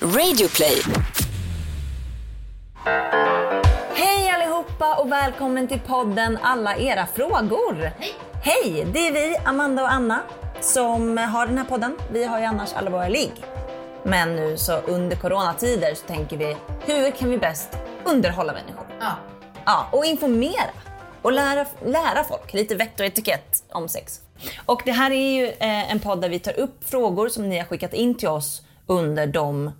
Radioplay. Hej allihopa och välkommen till podden Alla era frågor. Hej! Hej! Det är vi, Amanda och Anna, som har den här podden. Vi har ju annars alla våra ligg. Men nu så under coronatider så tänker vi, hur kan vi bäst underhålla människor? Ja. Ja, och informera och lära, lära folk lite vett och etikett om sex. Och det här är ju eh, en podd där vi tar upp frågor som ni har skickat in till oss under de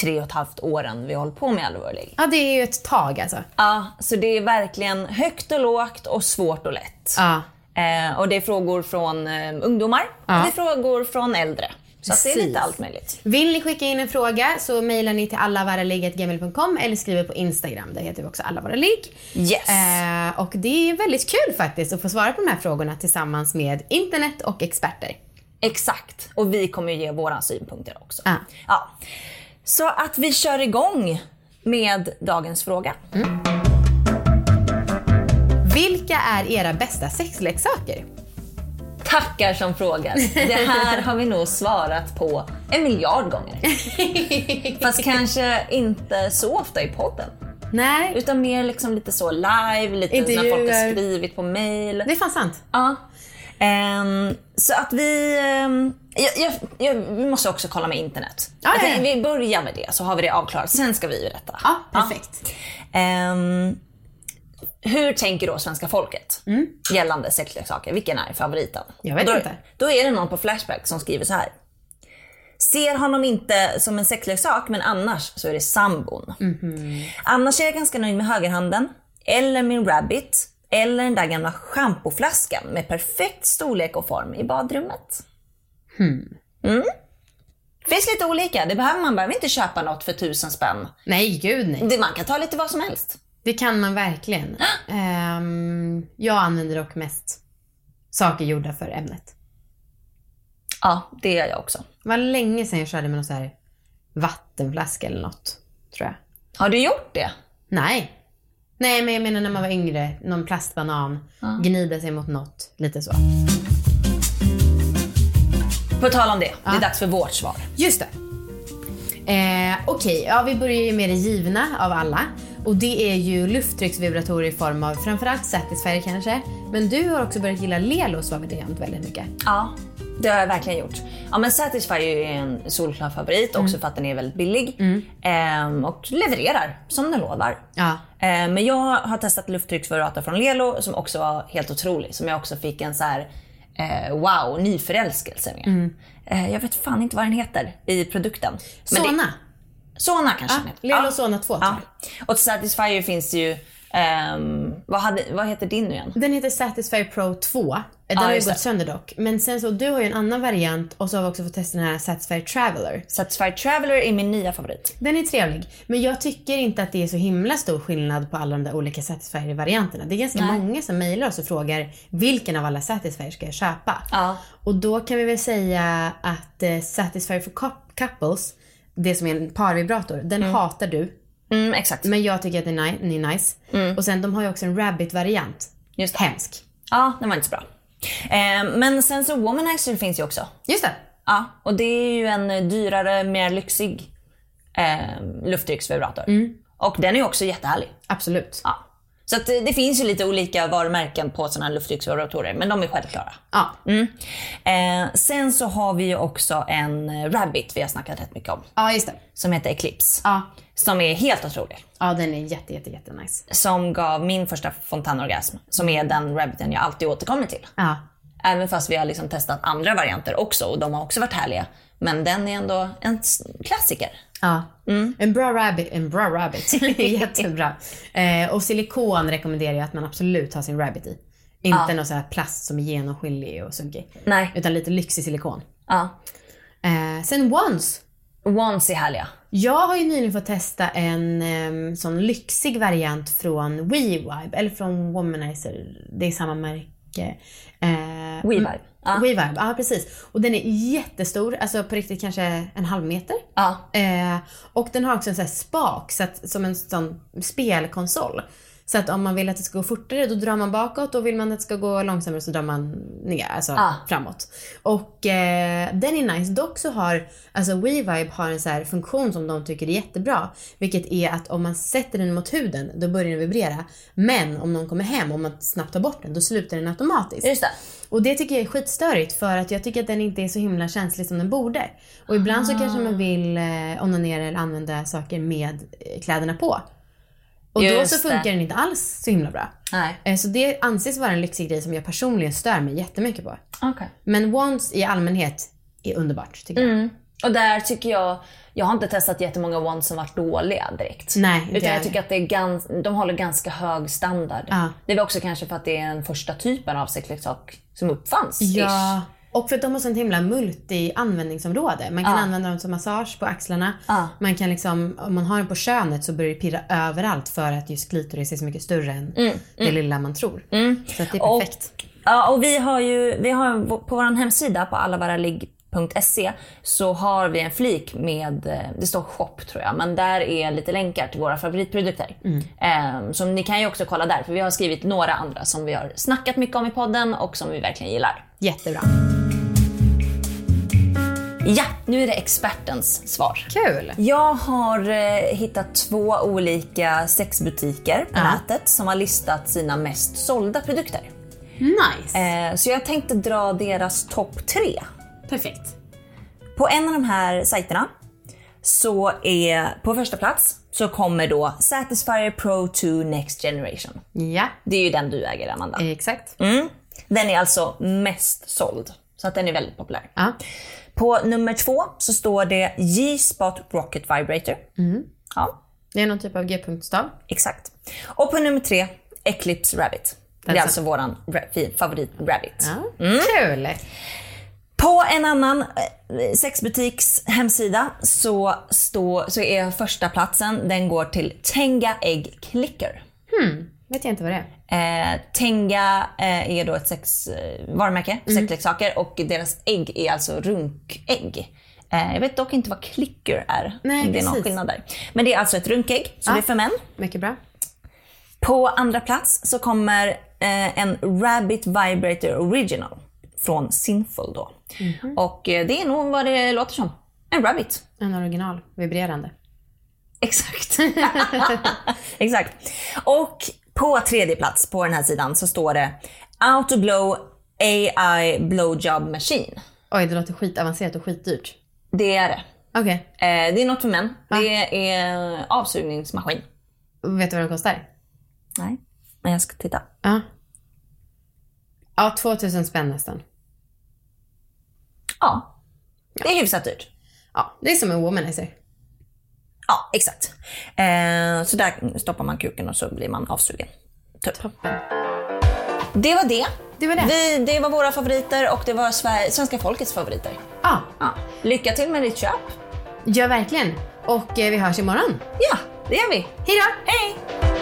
tre och ett halvt åren vi har hållit på med Allvar Ligg. ja, det är ju ett tag alltså. Ja, så det är verkligen högt och lågt och svårt och lätt. Ja. Eh, och det är frågor från eh, ungdomar och det är frågor från äldre. Så att det är Precis. lite allt möjligt. Vill ni skicka in en fråga så mejlar ni till allavaraligg.gmail.com eller skriver på Instagram. Där heter vi också allavaraligg. Yes. Eh, och det är väldigt kul faktiskt att få svara på de här frågorna tillsammans med internet och experter. Exakt. Och vi kommer ju ge våra synpunkter också. Ja. Ja. Så att vi kör igång med dagens fråga. Vilka är era bästa sexleksaker? Tackar som frågar. Det här har vi nog svarat på en miljard gånger. Fast kanske inte så ofta i podden. Nej, Utan mer liksom lite så live, lite när folk har Intervjuer. skrivit på mail. det är fan sant. Ja. Ehm, så att vi... ehm, jag, jag, jag, vi måste också kolla med internet. Ja, jag ja, ja. tänker Vi börjar med det så har vi det avklarat. Sen ska vi ju detta. Ja, perfekt. Ehm, hur tänker då svenska folket gällande sexleksaker? Vilken är favoriten? Mm. Jag vet då, inte. Då är det någon på Flashback som skriver så här. Ser honom inte som en sexleksak men annars så är det sambon. Mhm. Annars är jag ganska nöjd med högerhanden, eller min rabbit, eller den där gamla schampoflaskan med perfekt storlek och form i badrummet. Hmm. Mm. finns lite olika, det behöver man behöver inte köpa något för tusen spänn. Nej, gud nej. Det, man kan ta lite vad som helst. Det kan man verkligen. Ehm, jag använder dock mest saker gjorda för ämnet. Ja, det gör jag också. Det var länge sedan jag körde med någon så här vattenflaska eller något, tror jag. Har du gjort det? Nej. Nej, men jag menar när man var yngre, någon plastbanan, gnida sig mot något, lite så. På tal om det, det är dags för vårt svar. Just det. Eh, Okej, ja, vi börjar ju med det givna av alla. Och det är ju lufttrycksvibratorer i form av framförallt Satisfyer kanske. Men du har också börjat gilla Lelos variant väldigt mycket. Ja, det har jag verkligen gjort. Ja, men Satisfy är ju en solklar favorit också för att den är väldigt billig ehm, och levererar som den lovar. Ja. Ehm, men jag har testat lufttrycksvibrator från Lelo som också var helt otrolig. Som jag också fick en så här eh, wow, nyförälskelse med. Eh, jag vet fan inte vad den heter i produkten. Men det- Sona. Sona kanske den heter. Lelo Sona 2 tror Ja. Och Satisfyer finns ju, ehm, vad, hade, vad heter din nu igen? Den heter Satisfy Pro 2. Den Ja, har ju just gått det. sönder dock. Men sen så, du har ju en annan variant och så har vi också fått testa den här Satisfy Traveler. Satisfyer Traveler är min nya favorit. Den är trevlig. Men jag tycker inte att det är så himla stor skillnad på alla de där olika Satisfyer-varianterna. Det är ganska många som mejlar oss och frågar vilken av alla Satisfyer ska jag köpa? Ja. Och då kan vi väl säga att eh, Satisfyer for cou- couples, det som är en parvibrator, den hatar du. Mm, exakt. Men jag tycker att den är, ni- den är nice. Och sen de har ju också en rabbit-variant. Mm. Just det. Hemsk. Ja, den var inte så bra. Eh, men sen så Womanizer finns ju också. Just det. Ja, och det är ju en dyrare, mer lyxig eh, lufttrycksvibrator. Och den är ju också jättehärlig. Absolut. Ja. Så att, eh, det finns ju lite olika varumärken på sådana här lufttrycksvibratorer, men de är självklara. Ja. Mm. Eh, sen så har vi ju också en eh, Rabbit vi har snackat rätt mycket om, Ja, just det. som heter Eclipse. Ja. Som är helt otrolig. Ja, den är jätte, jätte, jätte nice. Som gav min första fontänorgasm, som är den rabbiten jag alltid återkommer till. Ja. Även fast vi har liksom testat andra varianter också och de har också varit härliga. Men den är ändå en s- klassiker. Ja. Mm. En bra rabbit, en bra rabbit. Jättebra. Eh, och silikon rekommenderar jag att man absolut har sin rabbit i. Inte någon sån här plast som är genomskinlig och sunkig. Nej. Utan lite lyxig silikon. Ja. Eh, sen once. Ones är härliga. Jag har ju nyligen fått testa en em, sån lyxig variant från WeVibe, eller från Womanizer. Det är samma märke. Eh, WeVibe. Ja. WeVibe, ja precis. Och den är jättestor, alltså på riktigt kanske en halv meter. Ja. Eh, och den har också en sån här spak, så att, som en sån spelkonsol. Så att om man vill att det ska gå fortare då drar man bakåt och vill man att det ska gå långsammare så drar man ner, alltså Ah. framåt. Och eh, den är nice. Dock så har, alltså WeVibe har en så här funktion som de tycker är jättebra. Vilket är att om man sätter den mot huden då börjar den vibrera. Men om någon kommer hem, om man snabbt tar bort den, då slutar den automatiskt. Just det. Och det tycker jag är skitstörigt för att jag tycker att den inte är så himla känslig som den borde. Och ibland så kanske Ah. man vill eh, onanera eller använda saker med eh, kläderna på. Och då Just så det. funkar den inte alls så himla bra. Nej. Eh, så det anses vara en lyxig grej som jag personligen stör mig jättemycket på. Okej. Men Wands i allmänhet är underbart tycker jag. Mm. Och där tycker jag, jag har inte testat jättemånga ones som varit dåliga direkt. Nej, inte Utan jag. jag tycker att det är gans, de håller ganska hög standard. Ja. Det är väl också kanske för att det är den första typen av sexleksak som uppfanns. Ja. Och för att de har sånt himla multi-användningsområde. Man kan använda dem som massage på axlarna. Ja. Man kan liksom, om man har den på könet så börjar det pirra överallt för att just klitoris är så mycket större än det lilla man tror. Så att det är Mm, Och- perfekt. Ja, och vi har ju, vi har, en- på vår hemsida på allavaraligg.se så har vi en flik med, eh, det står shop tror jag, men där är lite länkar till våra favoritprodukter. Eh, som ni kan ju också kolla där, för vi har skrivit några andra som vi har snackat mycket om i podden och som vi verkligen gillar. Jättebra. Ja, nu är det expertens svar. Kul! Jag har eh, hittat två olika sexbutiker på Ja. nätet som har listat sina mest sålda produkter. Nice! Eh, så jag tänkte dra deras topp tre. Perfekt. På en av de här sajterna så är på första plats så kommer då Satisfyer Pro 2 Next Generation. Ja, Det är ju den du äger Eh. Amanda. exakt. Mm. Den är alltså mest såld. Så att den är väldigt populär. Ja. På nummer två så står det G-Spot Rocket Vibrator. Ja, Det är någon typ av g-punktstav. Exakt. Och på nummer tre, Eclipse Rabbit. Det är That's alltså våran ra- fi- favorit Rabbit. Ja. Mm. Kul! På en annan eh, sexbutiks hemsida så, står, så är första platsen den går till Tenga Egg Clicker. Vet jag inte vad det är. Eh, Tenga eh, är då ett sex, eh, varumärke Mm. för sexleksaker och deras ägg är alltså runkägg. Eh, jag vet dock inte vad clicker är. Nej, om det är någon precis. skillnad där. Men det är alltså ett runkägg, så Ah. det är för män. Mycket bra. På andra plats så kommer eh, en Rabbit Vibrator Original från Sinful då. Och eh, det är nog vad det låter som. En rabbit. En original. Vibrerande. Exakt. Exakt. Och på tredje plats på den här sidan så står det Autoglow AI Blowjob Machine. Oj, det låter skitavancerat och skitdyrt. Det är det. Okej. Eh, det är något för män. Det är avsugningsmaskin. Vet du vad den kostar? Nej, men jag ska titta. Ja. Ja, 2000 spänn nästan. Ja, det är hyfsat dyrt. Ja, det är som en womanizer. Ja, exakt. Eh, så där stoppar man kuken och så blir man avsugen. Typ. Toppen. Det var det. Det var det. Vi, det var våra favoriter och det var Sver- svenska folkets favoriter. Ja, Ja. Lycka till med ditt köp. gör verkligen. Och eh, vi hörs imorgon. Ja, det gör vi. Hej då! Hej!